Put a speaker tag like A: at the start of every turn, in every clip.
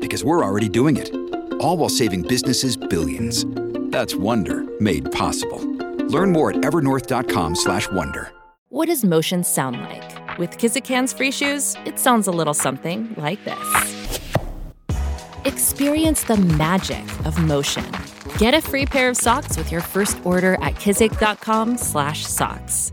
A: Because we're already doing it, all while saving businesses billions. That's Wonder made possible. Learn more at evernorth.com/wonder.
B: What does motion sound like? With Kizikans free shoes, it sounds a little something like this. Experience the magic of motion. Get a free pair of socks with your first order at kizik.com/socks.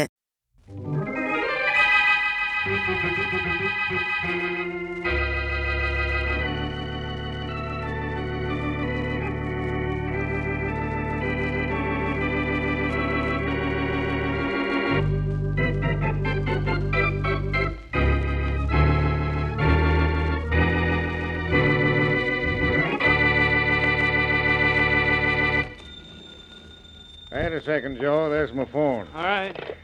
C: Wait a second, Joe. There's my phone.
D: All right.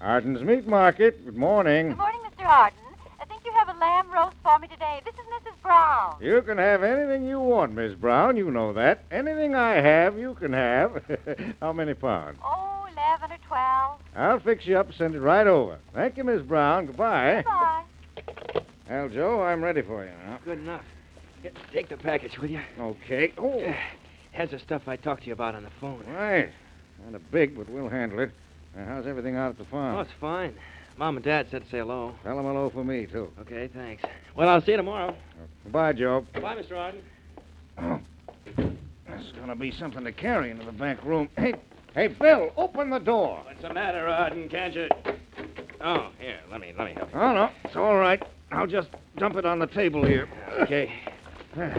C: Arden's Meat Market. Good morning.
E: Good morning, Mr. Arden. I think you have a lamb roast for me today. This is Mrs. Brown.
C: You can have anything you want, Miss Brown. You know that. Anything I have, you can have. How many pounds?
E: Oh, 11 or 12.
C: I'll fix you up and send it right over. Thank you, Miss Brown. Goodbye.
E: Bye.
C: Well, Joe, I'm ready for you now.
D: Good enough. Here, Take the package, will you?
C: Okay. Oh,
D: Has the stuff I talked to you about on the phone.
C: right. Kind of big, but we'll handle it. Now, how's everything out at the
D: Oh,
C: farm?
D: it's fine. Mom and Dad said to say hello.
C: Tell them hello for me, too.
D: Okay, thanks. Well, I'll see you tomorrow.
C: Goodbye, Joe.
D: Bye, Mr. Arden.
C: There's going to be something to carry into the back room. Hey, hey, Bill, open the door.
D: What's the matter, Arden? Can't you? Oh, here. Let me let me help you.
C: Oh, no. It's all right. I'll just dump it on the table here.
D: Okay. Uh,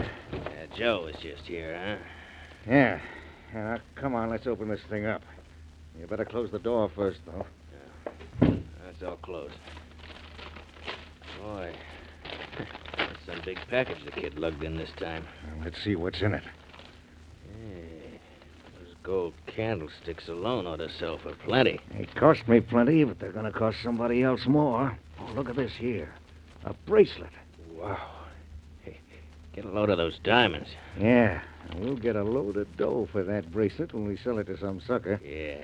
D: Joe is just here, huh?
C: Yeah. Now, come on, let's open this thing up. You better close the door first, though.
D: That's all closed. Boy, that's some big package the kid lugged in this time.
C: Now, Let's see what's in it.
D: Those gold candlesticks alone ought to sell for plenty.
C: They cost me plenty, but they're going to cost somebody else more. Oh, look at this here. A bracelet.
D: Wow. Hey, get a load of those diamonds.
C: Yeah. and We'll get a load of dough for that bracelet when we sell it to some sucker.
D: Yeah.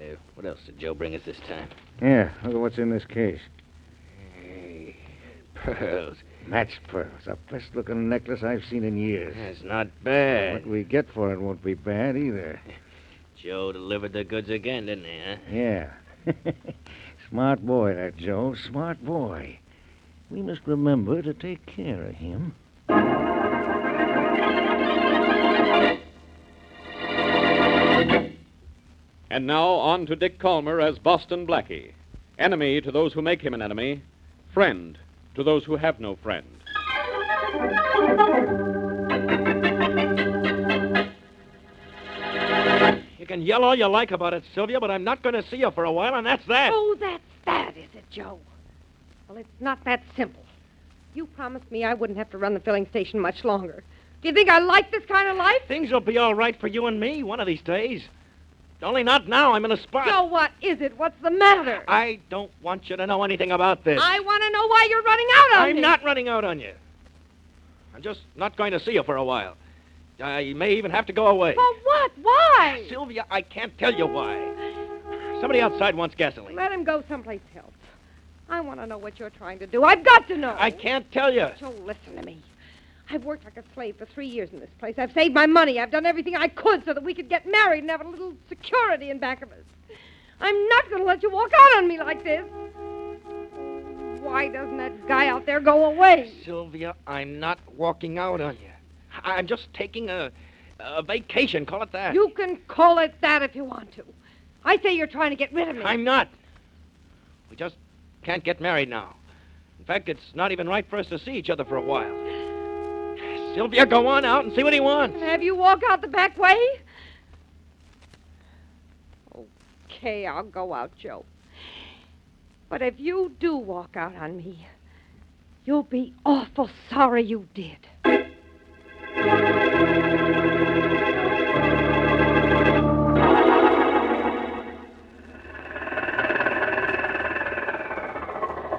D: Uh, what else did Joe bring us this time?
C: Yeah, look at what's in this case.
D: Hey, pearls.
C: Match pearls. The best looking necklace I've seen in years.
D: That's not bad.
C: What we get for it won't be bad either.
D: Joe delivered the goods again, didn't he, huh?
C: Yeah. Smart boy, that Joe. Smart boy. We must remember to take care of him.
F: And now on to Dick Calmer as Boston Blackie. Enemy to those who make him an enemy, friend to those who have no friend.
D: You can yell all you like about it, Sylvia, but I'm not going to see you for a while, and that's that.
G: Oh, that's that, is it, Joe? Well, it's not that simple. You promised me I wouldn't have to run the filling station much longer. Do you think I like this kind of life?
D: Things will be all right for you and me one of these days. Only not now. I'm in a spot.
G: Joe, what is it? What's the matter?
D: I don't want you to know anything about this.
G: I want to know why you're running out on
D: I'm
G: me.
D: not running out on you. I'm just not going to see you for a while. I may even have to go away.
G: For what? Why?
D: Sylvia, I can't tell you why. Somebody outside wants gasoline.
G: Let him go someplace else. I want to know what you're trying to do. I've got to know.
D: I can't tell you.
G: Joe, listen to me. I've worked like a slave for three years in this place. I've saved my money. I've done everything I could so that we could get married and have a little security in back of us. I'm not going to let you walk out on me like this. Why Why doesn't that guy out there go away?
D: Sylvia, I'm not walking out on you. I- I'm just taking a, a vacation, call it that.
G: You can call it that if you want to. I say you're trying to get rid of me.
D: I'm not. We just can't get married now. In fact, it's not even right for us to see each other for a while. Sylvia, go on out and see what he wants.
G: Have you walk out the back way? Okay, I'll go out, Joe. But if you do walk out on me, you'll be awful sorry you did.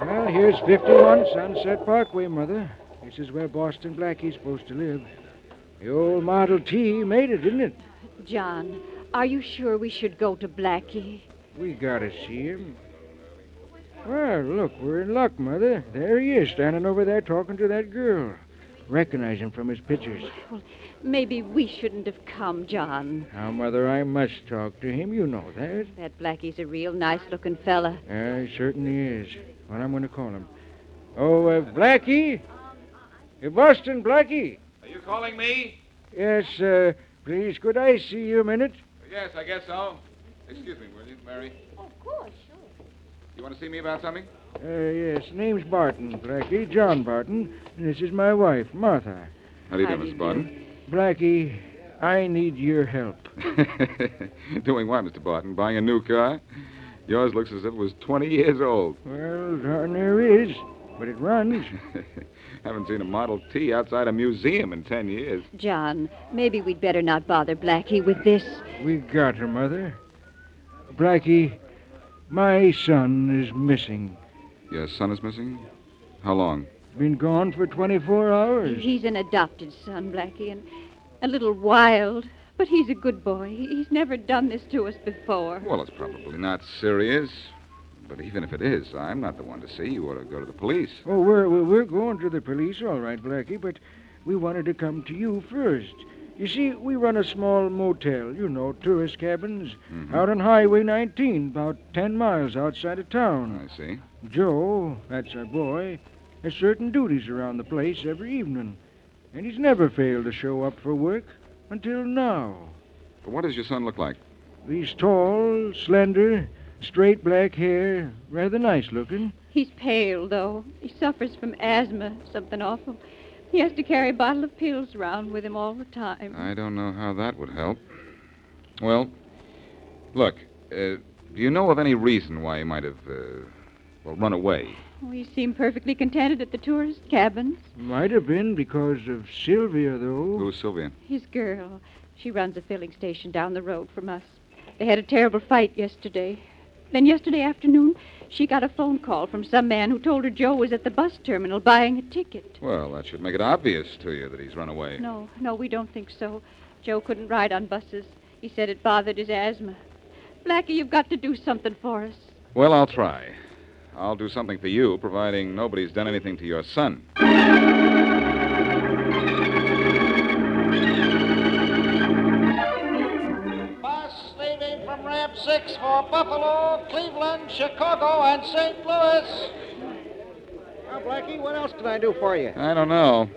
H: Well, here's 51 Sunset Parkway, Mother. This is where Boston Blackie's supposed to live. The old Model T made it, didn't it?
I: John, are you sure we should go to Blackie?
H: We gotta see him. Well, look, we're in luck, Mother. There he is, standing over there talking to that girl. Recognize him from his pictures.
I: Maybe we shouldn't have come, John.
H: Now, Mother, I must talk to him. You know that.
I: That Blackie's a real nice looking fella.
H: Yeah, he certainly is. Well, I'm going to call him. Oh, uh, Blackie? Uh, Boston, Blackie?
J: Are you calling me?
H: Yes, uh, please, could I see you a minute?
J: Yes, I guess so. Excuse me, will you, Mary? Of course, sure. You want to see me about something?
H: Uh, yes, name's Barton, Blackie, John Barton, and this is my wife, Martha.
J: How do you do, Mrs. Barton?
H: Blackie, I need your help.
J: Doing what, Mr. Barton? Buying a new car? Yours looks as if it was 20 years old.
H: Well, darn there is, but it runs.
J: Haven't seen a Model T outside a museum in 10 years.
I: John, maybe we'd better not bother Blackie with this.
H: We got her, Mother. Blackie, my son is missing.
J: Your son is missing? How long?
H: Been gone for 24 hours.
I: He's an adopted son, Blackie, and a little wild, but he's a good boy. He's never done this to us before.
J: Well, it's probably not serious. But even if it is, I'm not the one to see. You ought to go to the police.
H: Oh, we're, we're we're going to the police, all right, Blackie, but we wanted to come to you first. You see, we run a small motel, you know, tourist cabins,
J: Mm-hmm.
H: out on Highway 19, about 10 miles outside of town.
J: I see.
H: Joe, that's our boy, has certain duties around the place every evening, and he's never failed to show up for work until now.
J: But what does your son look like?
H: He's tall, slender, straight black hair, rather nice looking.
I: He's pale, though. He suffers from asthma, something awful. He has to carry a bottle of pills round with him all the time.
J: I don't know how that would help. Well, look, uh, do you know of any reason why he might have, uh, well, run away?
I: Oh, he seemed perfectly contented at the tourist cabins.
H: Might have been because of Sylvia, though.
J: Who's Sylvia?
I: His girl, she runs a filling station down the road from us. They had a terrible fight yesterday. Then yesterday afternoon, she got a phone call from some man who told her Joe was at the bus terminal buying a ticket.
J: Well, that should make it obvious to you that he's run away.
I: No, no, we don't think so. Joe couldn't ride on buses. He said it bothered his asthma. Blackie, you've got to do something for us.
J: Well, I'll try. I'll do something for you, providing nobody's done anything to your son.
K: Bus leaving from Ramp 6 for Buffalo, Cleveland, Chicago, and St. Louis.
C: Now, Blackie, what else can I do for you?
J: I don't know.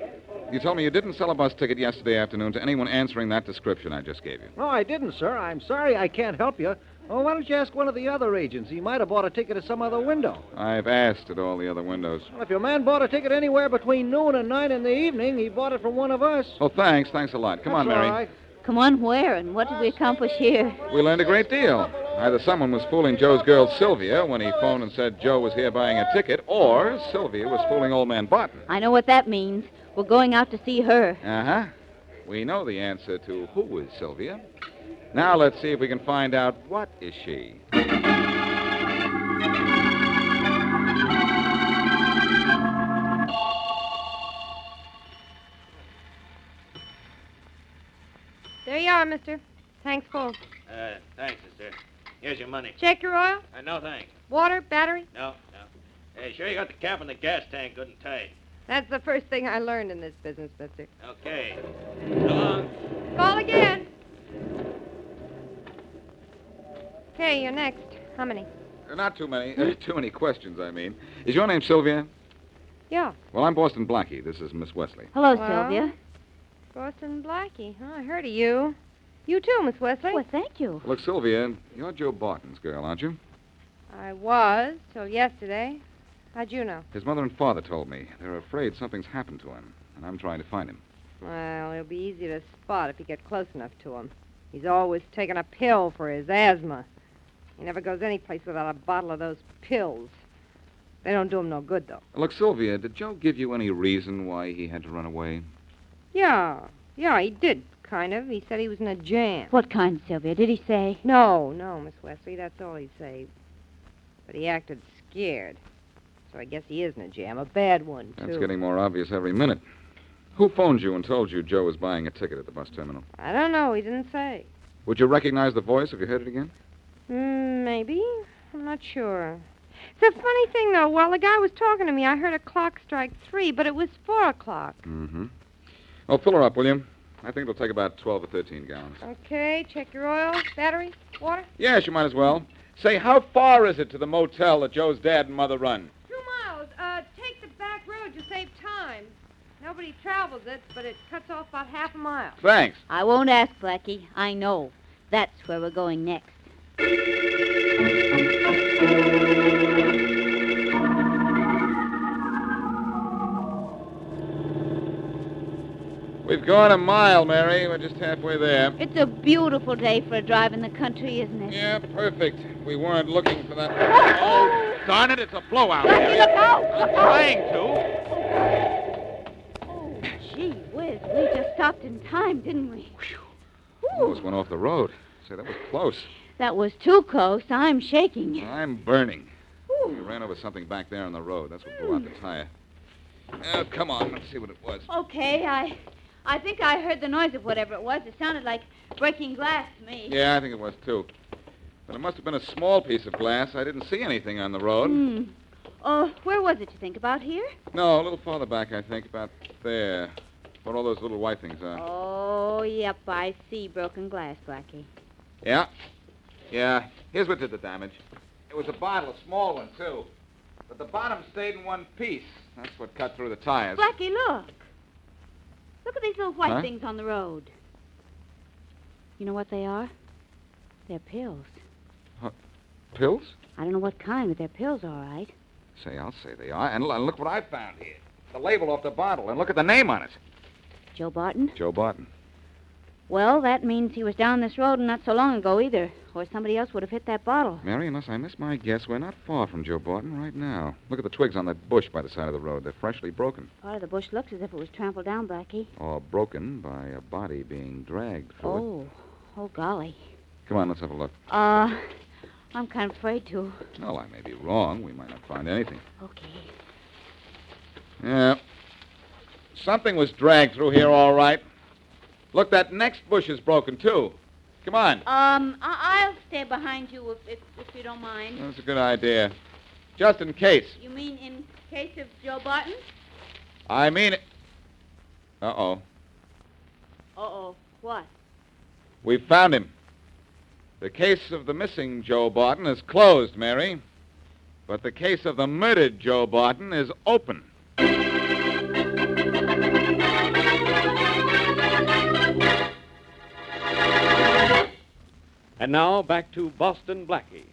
J: You told me you didn't sell a bus ticket yesterday afternoon to anyone answering that description I just gave you.
C: No, I didn't, sir. I'm sorry I can't help you. Oh, why don't you ask one of the other agents? He might have bought a ticket at some other window.
J: I've asked at all the other windows.
C: Well, if your man bought a ticket anywhere between noon and nine in the evening, he bought it from one of us.
J: Oh, thanks. Thanks a lot. Come on,
C: That's all
J: Mary.
C: right.
I: Come on, where and what did we accomplish here?
J: We learned a great deal. Either someone was fooling Joe's girl Sylvia when he phoned and said Joe was here buying a ticket, or Sylvia was fooling old man Barton.
L: I know what that means. We're going out to see her.
J: Uh huh. We know the answer to who is Sylvia. Now let's see if we can find out what is she.
G: There you are, mister. Tank's full.
D: Uh, thanks, sister. Here's your money.
G: Check your oil,
D: Uh, no, thanks.
G: water, battery.
D: No, no. Hey, sure you got the cap and the gas tank good and tight.
G: That's the first thing I learned in this business, mister.
D: Okay. So long.
G: Call again. Okay, you're next. How many?
J: Not too many, uh, too many uh, questions, I mean. Is your name Sylvia?
G: Yeah.
J: Well, I'm Boston Blackie. This is Miss Wesley.
L: Hello,
G: Well?
L: Sylvia.
G: Boston Blackie, huh? I heard of you. You too, Miss Wesley.
L: Well, thank you.
J: Look, Sylvia, you're Joe Barton's girl, aren't you?
G: I was till yesterday. How'd you know?
J: His mother and father told me. They're afraid something's happened to him, and I'm trying to find him.
G: Well, it'll be easy to spot if you get close enough to him. He's always taking a pill for his asthma. He never goes anyplace without a bottle of those pills. They don't do him no good, though.
J: Look, Sylvia, did Joe give you any reason why he had to run away?
G: Yeah, yeah, he did, kind of. He said he was in a jam.
L: What kind, Sylvia? Did he say?
G: No, no, Miss Wesley, that's all he said. But he acted scared. So I guess he is in a jam, a bad one, too.
J: That's getting more obvious every minute. Who phoned you and told you Joe was buying a ticket at the bus terminal?
G: I don't know, he didn't say.
J: Would you recognize the voice if you heard it again?
G: Mm, maybe. I'm not sure. It's a funny thing, though. While the guy was talking to me, I heard a clock strike three, but it was four o'clock.
J: Mm-hmm. Well, fill her up, will you? I think it'll take about 12 or 13 gallons.
G: Okay, check your oil, battery, water.
J: Yes, you might as well. Say, how far is it to the motel that Joe's dad and mother run?
G: Two miles. Uh, take the back road. You save time. Nobody travels it, but it cuts off about half a mile.
J: Thanks.
L: I won't ask, Blackie. I know. That's where we're going next.
J: We've gone a mile, Mary. We're just halfway there.
L: It's a beautiful day for a drive in the country, isn't it?
J: Yeah, perfect. We weren't looking for that. Oh, darn it, it's a blowout.
L: Blackie, look out! Look
J: Trying
L: out.
J: to.
L: Gee whiz, we just stopped in time, didn't we?
J: Almost went off the road. Say, that was close.
L: That was too close. I'm shaking.
J: I'm burning. We ran over something back there on the road. That's what blew out
L: Hmm.
J: the tire. Oh, come on. Let's see what it was.
L: Okay, I, I think I heard the noise of whatever it was. It sounded like breaking glass to me.
J: Yeah, I think it was, too. But it must have been a small piece of glass. I didn't see anything on the road.
L: Hmm. Oh, where was it? You think about here?
J: No, a little farther back, I think, about there, where all those little white things are.
L: Oh, yep, I see broken glass, Blackie.
J: Yeah. Yeah. Here's what did the damage. It was a bottle, a small one, too. But the bottom stayed in one piece. That's what cut through the tires.
L: Blackie, look. Look at these little white
J: Huh?
L: things on the road. You know what they are? They're pills.
J: Pills?
L: I don't know what kind, but they're pills, all right.
J: Say, I'll say they are. And, l- and look what I found here. The label off the bottle. And look at the name on it.
L: Joe Barton?
J: Joe Barton.
L: Well, that means he was down this road not so long ago either, or somebody else would have hit that bottle.
J: Mary, unless I miss my guess, we're not far from Joe Barton right now. Look at the twigs on that bush by the side of the road. They're freshly broken.
L: Part of the bush looks as if it was trampled down, Blackie.
J: Or broken by a body being dragged through it.
L: Oh, oh, golly.
J: Come on, let's have a look.
L: Uh, I'm kind of afraid to.
J: Well, I may be wrong. We might not find anything.
L: Okay.
J: Yeah. Something was dragged through here, all right. Look, that next bush is broken, too. Come on.
L: Um, I- I'll stay behind you if, if, if you don't mind.
J: That's a good idea. Just in case.
L: You mean in case of Joe Barton?
J: I mean it. Uh oh.
L: Uh-oh. What?
J: We found him. The case of the missing Joe Barton is closed, Mary. But the case of the murdered Joe Barton is open.
F: And now back to Boston Blackie.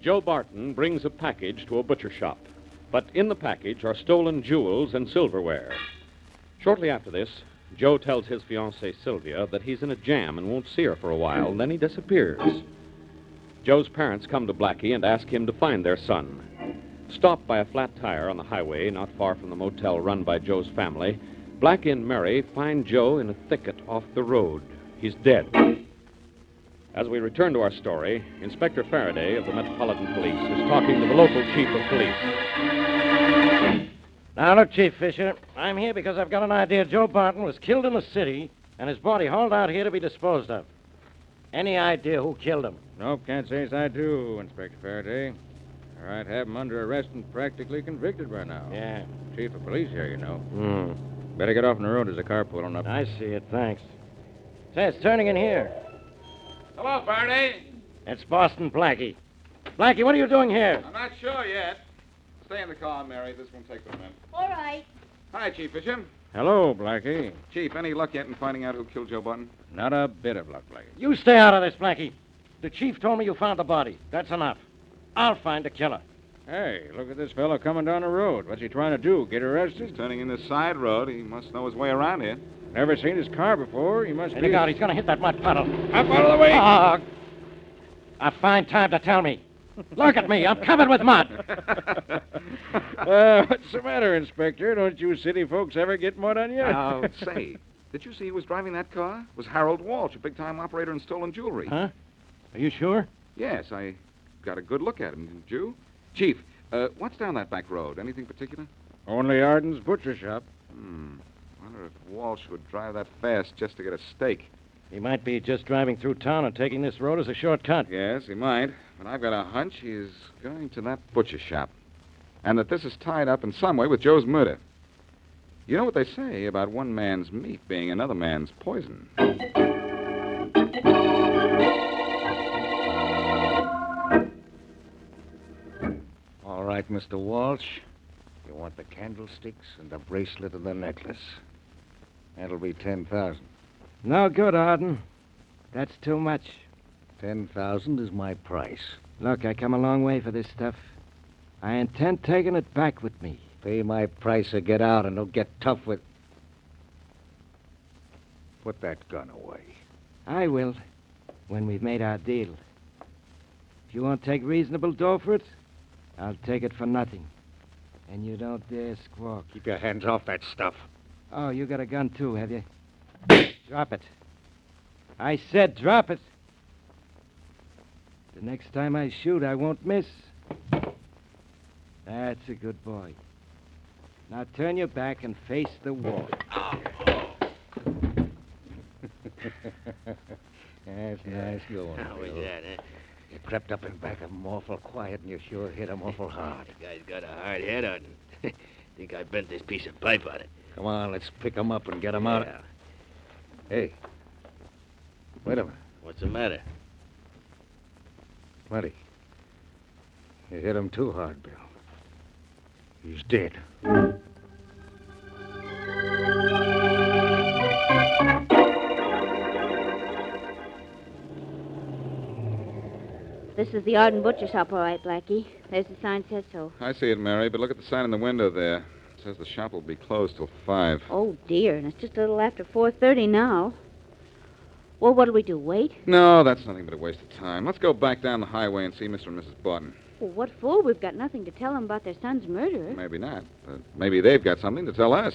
F: Joe Barton brings a package to a butcher shop, but in the package are stolen jewels and silverware. Shortly after this, Joe tells his fiancée Sylvia that he's in a jam and won't see her for a while, then he disappears. Joe's parents come to Blackie and ask him to find their son. Stopped by a flat tire on the highway not far from the motel run by Joe's family, Blackie and Mary find Joe in a thicket off the road. He's dead. As we return to our story, Inspector Faraday of the Metropolitan Police is talking to the local chief of police.
M: Now, look, Chief Fisher, I'm here because I've got an idea Joe Barton was killed in the city and his body hauled out here to be disposed of. Any idea who killed him?
N: Nope, can't say as I do, Inspector Faraday. All right, have him under arrest and practically convicted by now.
M: Yeah.
N: Chief of police here, you know.
M: Hmm.
N: Better get off on the road. There's a car pulling up. I see it. Thanks.
M: Say, it's turning in here.
J: Hello, Barney.
M: It's Boston Blackie. Blackie, what are you doing here?
J: I'm not sure yet. Stay in the car, Mary. This won't take but a minute.
L: All right.
J: Hi, Chief Bishop.
N: Hello, Blackie.
J: Chief, any luck yet in finding out who killed Joe Button?
N: Not a bit of luck, Blackie.
M: You stay out of this, Blackie. The chief told me you found the body. That's enough. I'll find the killer.
N: Hey, look at this fellow coming down the road. What's he trying to do? Get arrested?
J: He's turning in this side road. He must know his way around here.
N: Never seen his car before. He must
M: Hey,
N: be.
M: look out. He's going to hit that mud puddle.
N: Up out of the way!
M: Ah, a fine time to tell me. Look at me. I'm covered with mud.
N: uh, what's the matter, Inspector? Don't you city folks ever get mud on you?
J: Now, say, did you see who was driving that car? It was Harold Walsh, a big-time operator in stolen jewelry.
M: Huh? Are you sure?
J: Yes, I got a good look at him, didn't you? Chief, uh, what's down that back road? Anything particular?
N: Only Arden's butcher shop.
J: Hmm. Wonder if Walsh would drive that fast just to get a steak.
M: He might be just driving through town and taking this road as a shortcut.
J: Yes, he might. But I've got a hunch he's going to that butcher shop. And that this is tied up in some way with Joe's murder. You know what they say about one man's meat being another man's poison.
C: All right, Mr. Walsh. You want the candlesticks and the bracelet and the necklace. That'll be 10,000.
M: No good, Arden. That's too much.
C: 10,000 is my price.
M: Look, I come a long way for this stuff. I intend taking it back with me.
C: Pay my price or get out, and don't get tough with. Put that gun away.
M: I will, when we've made our deal. If you won't take reasonable dough for it, I'll take it for nothing. And you don't dare squawk.
C: Keep your hands off that stuff.
M: Oh, you got a gun too, have you? drop it. I said drop it. The next time I shoot, I won't miss. That's a good boy. Now turn your back and face the wall.
C: That's nice going.
D: How was
C: Bill.
D: that, eh? huh?
C: You crept up and back of 'em awful quiet, and you sure hit 'em awful hard.
D: The guy's got a hard head on him. Think I bent this piece of pipe on it.
C: Come on, let's pick 'em up and get 'em out.
D: Yeah.
C: Hey. Wait a minute.
D: What's the matter?
C: Plenty. You hit him too hard, Bill. He's dead.
L: This is the Arden Butcher Shop, all right, Blackie. There's the sign says so.
J: I see it, Mary, but look at the sign in the window there. It says the shop will be closed till 5.
L: Oh dear, and it's just a little after four thirty now. Well, what'll we do? Wait?
J: No, that's nothing but a waste of time. Let's go back down the highway and see Mr. and Mrs. Barton.
L: Well, what for? We've got nothing to tell them about their son's murderer.
J: Maybe not, but maybe they've got something to tell us.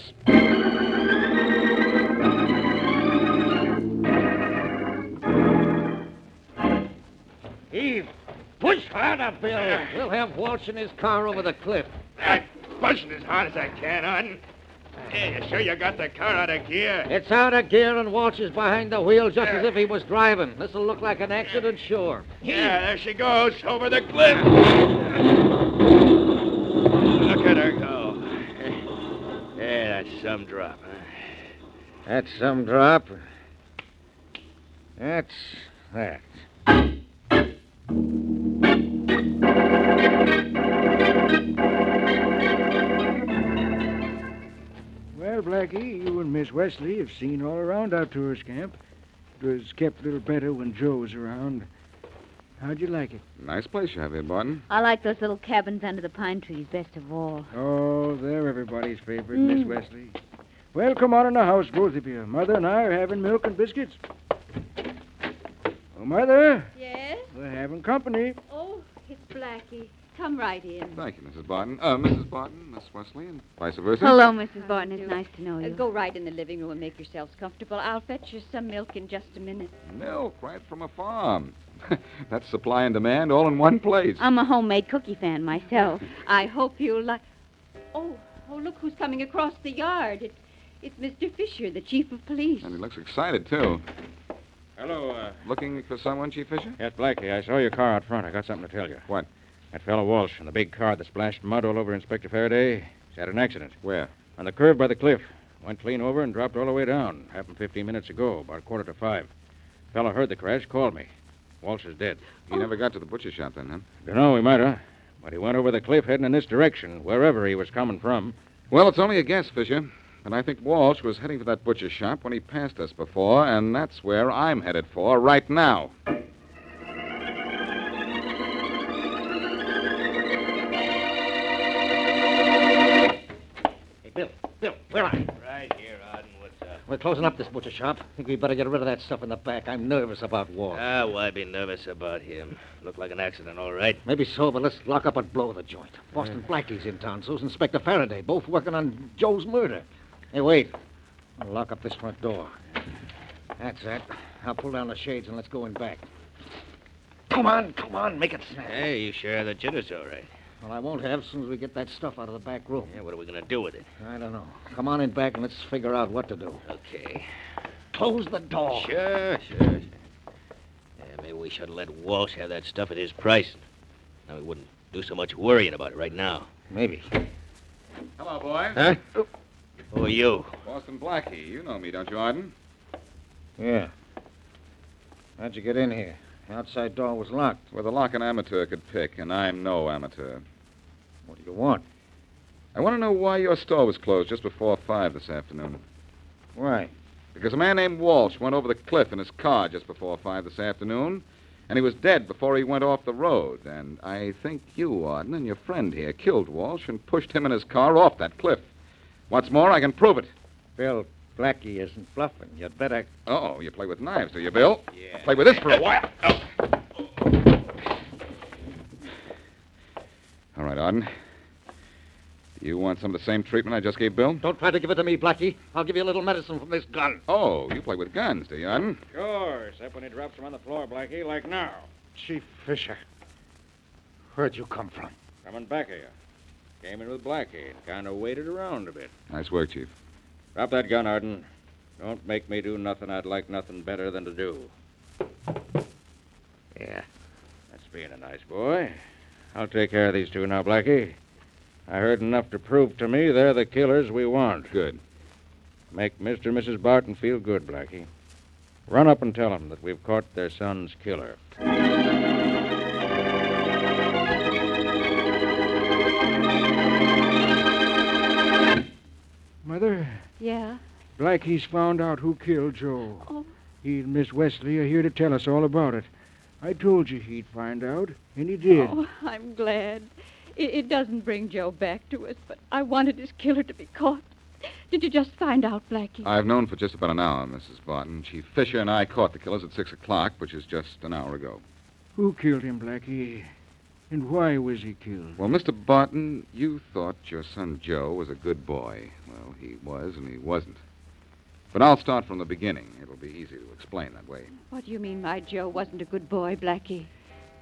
M: Eve, push harder, Bill.
O: We'll have Walsh in his car over the cliff.
D: I'm pushing as hard as I can, Arden. Hey, you sure you got the car out of gear?
O: It's out of gear, and Walsh is behind the wheel just as if he was driving. This'll look like an accident, sure.
D: Yeah, there she goes, over the cliff. Look at her go. Yeah, that's some drop. huh?
C: That's some drop. That's that.
H: Well, Blackie, you and Miss Wesley have seen all around our tourist camp. It was kept a little better when Joe was around. How'd you like it?
J: Nice place you have here, Barton.
L: I like those little cabins under the pine trees best of all.
H: Oh, they're everybody's favorite,
L: Mm.
H: Miss Wesley. Well, come on in the house, both of you. Mother and I are having milk and biscuits. Oh, Mother,
I: Yes?
H: we're having company.
I: Oh, it's Blackie. Come right in.
J: Thank you, Mrs. Barton. Uh, Mrs. Barton, Miss Wesley, and vice versa.
L: Hello, Mrs. Barton. It's nice to know
I: Uh,
L: you.
I: go right in the living room and make yourselves comfortable. I'll fetch you some milk in just a minute.
J: Milk right from a farm. Um, That's supply and demand all in one place.
L: I'm a homemade cookie fan myself.
I: I hope you'll like. Oh, oh, look who's coming across the yard. It, it's Mr. Fisher, the chief of police.
J: And he looks excited, too.
N: Hello, uh.
J: Looking for someone, Chief Fisher?
N: Yes, Blackie, I saw your car out front. I got something to tell you.
J: What?
N: That fellow Walsh in the big car that splashed mud all over Inspector Faraday. He's had an accident.
J: Where?
N: On the curve by the cliff. Went clean over and dropped all the way down. Happened 15 minutes ago, about quarter to five. Fellow heard the crash, called me. Walsh is dead.
J: He never got to the butcher shop then, huh?
N: Dunno, he might have. But he went over the cliff heading in this direction, wherever he was coming from.
J: Well, it's only a guess, Fisher. And I think Walsh was heading for that butcher shop when he passed us before, and that's where I'm headed for right now.
O: Hey, Bill, Bill, where are you?
D: Right here, Auden. What's up?
O: We're closing up this butcher shop. I think we better get rid of that stuff in the back. I'm nervous about Walt.
D: Ah, why be nervous about him? Looked like an accident, all right.
O: Maybe so, but let's lock up and blow the joint. Boston Blackie's in town. So's Inspector Faraday, both working on Joe's murder. Hey, wait. I'll lock up this front door. That's it. I'll pull down the shades and let's go in back. Come on, come on, make it snap.
D: Hey, you sure have the jitters all right?
O: Well, I won't have as soon as we get that stuff out of the back room.
D: Yeah, what are we going to do with it?
O: I don't know. Come on in back and let's figure out what to do.
D: Okay.
O: Close the door.
D: Sure, sure, sure. Yeah, maybe we should let Walsh have that stuff at his price. Now we wouldn't do so much worrying about it right now.
O: Maybe.
J: Hello, boy.
D: Huh? Who are you?
J: Boston Blackie. You know me, don't you, Arden?
O: Yeah. How'd you get in here? The outside door was locked.
J: With a lock an amateur could pick, and I'm no amateur.
O: What do you want?
J: I want to know why your store was closed just before five this afternoon.
O: Why?
J: Because a man named Walsh went over the cliff in his car just before five this afternoon, and he was dead before he went off the road. And I think you, Arden, and your friend here killed Walsh and pushed him and his car off that cliff. What's more, I can prove it.
O: Bill, Blackie isn't bluffing. You'd better.
J: Oh, you play with knives, do you, Bill? Yeah. Play with this for a while. Oh. All right, Arden. Do you want some of the same treatment I just gave Bill?
O: Don't try to give it to me, Blackie. I'll give you a little medicine from this gun.
J: Oh, you play with guns, do you, Arden?
N: Sure, except when he drops him on the floor, Blackie, like now.
O: Chief Fisher, where'd you come from?
N: Coming back here. Came in with Blackie and kind of waited around a bit.
J: Nice work, Chief.
N: Drop that gun, Arden. Don't make me do nothing I'd like nothing better than to do. Yeah, that's being a nice boy. I'll take care of these two now, Blackie. I heard enough to prove to me they're the killers we want.
J: Good.
N: Make Mr. and Mrs. Barton feel good, Blackie. Run up and tell them that we've caught their son's killer.
H: Mother,
I: Yeah.
H: Blackie's found out who killed Joe.
I: Oh.
H: He and Miss Wesley are here to tell us all about it. I told you he'd find out, and he did.
I: Oh, I'm glad. It, it doesn't bring Joe back to us, but I wanted his killer to be caught. Did you just find out, Blackie?
J: I've known for just about an hour, Mrs. Barton. Chief Fisher and I caught the killers at 6 o'clock, which is just an hour ago.
H: Who killed him, Blackie? And why was he killed?
J: Well, Mr. Barton, you thought your son Joe was a good boy. Well, he was and he wasn't. But I'll start from the beginning. It'll be easy to explain that way.
I: What do you mean my Joe wasn't a good boy, Blackie?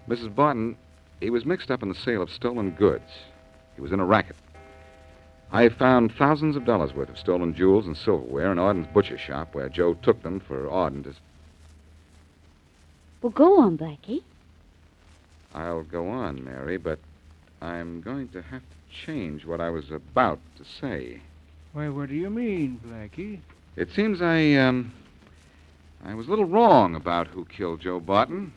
J: Mrs. Barton, he was mixed up in the sale of stolen goods. He was in a racket. I found thousands of dollars worth of stolen jewels and silverware in Auden's butcher shop where Joe took them for Auden to.
L: Well, go on, Blackie.
J: I'll go on, Mary, but I'm going to have to change what I was about to say.
H: Why, what do you mean, Blackie?
J: It seems I, um, I was a little wrong about who killed Joe Barton.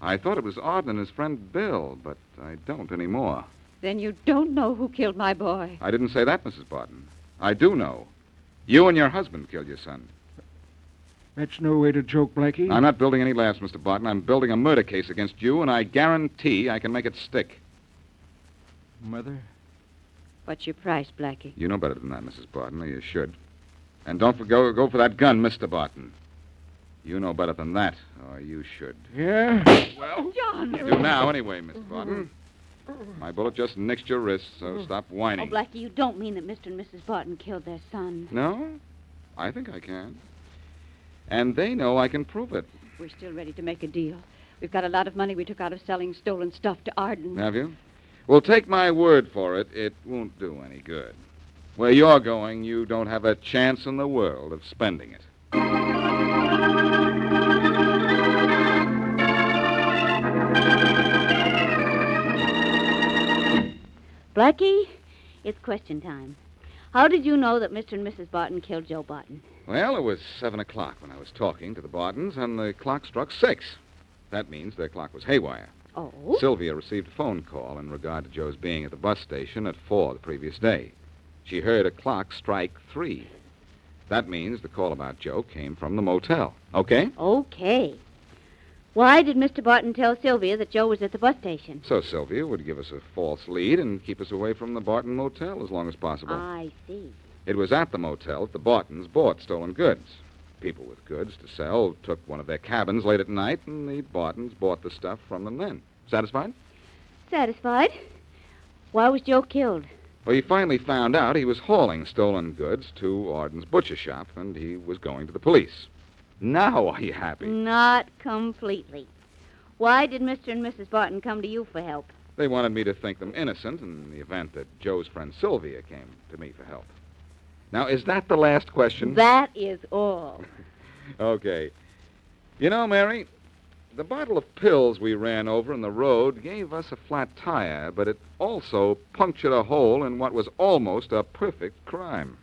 J: I thought it was Auden and his friend Bill, but I don't anymore.
I: Then you don't know who killed my boy.
J: I didn't say that, Mrs. Barton. I do know. You and your husband killed your son.
H: That's no way to joke, Blackie.
J: I'm not building any laughs, Mr. Barton. I'm building a murder case against you, and I guarantee I can make it stick.
H: Mother?
I: What's your price, Blackie?
J: You know better than that, Mrs. Barton, or you should. And don't forgo- go for that gun, Mr. Barton. You know better than that, or you should.
H: Yeah?
J: Well,
I: John!
J: you do now, anyway,
L: Mm-hmm.
J: Mr. Barton. My bullet just nicked your wrist, so stop
L: Oh,
J: whining.
L: Blackie, you don't mean that Mr. and Mrs. Barton killed their son.
J: No? I think I can. And they know I can prove it.
I: We're still ready to make a deal. We've got a lot of money we took out of selling stolen stuff to Arden.
J: Have you? Well, take my word for it, it won't do any good. Where you're going, you don't have a chance in the world of spending it.
L: Blackie, it's question time. How did you know that Mr. and Mrs. Barton killed Joe Barton?
J: Well, it was seven o'clock when I was talking to the Bartons, and the clock struck six. That means their clock was haywire.
I: Oh?
J: Sylvia received a phone call in regard to Joe's being at the bus station at four the previous day. She heard a clock strike three. That means the call about Joe came from the motel. Okay?
L: Okay. Why did Mr. Barton tell Sylvia that Joe was at the bus station?
J: So Sylvia would give us a false lead and keep us away from the Barton Motel as long as possible.
L: I see.
J: It was at the motel that the Bartons bought stolen goods. People with goods to sell took one of their cabins late at night, and the Bartons bought the stuff from them then. Satisfied?
L: Satisfied? Why was Joe killed?
J: Well, he finally found out he was hauling stolen goods to Arden's butcher shop, and he was going to the police. Now are you happy?
L: Not completely. Why did Mr. and Mrs. Barton come to you for help?
J: They wanted me to think them innocent in the event that Joe's friend Sylvia came to me for help. Now, is that the last question?
L: That is all.
J: Okay. You know, Mary, the bottle of pills we ran over in the road gave us a flat tire, but it also punctured a hole in what was almost a perfect crime.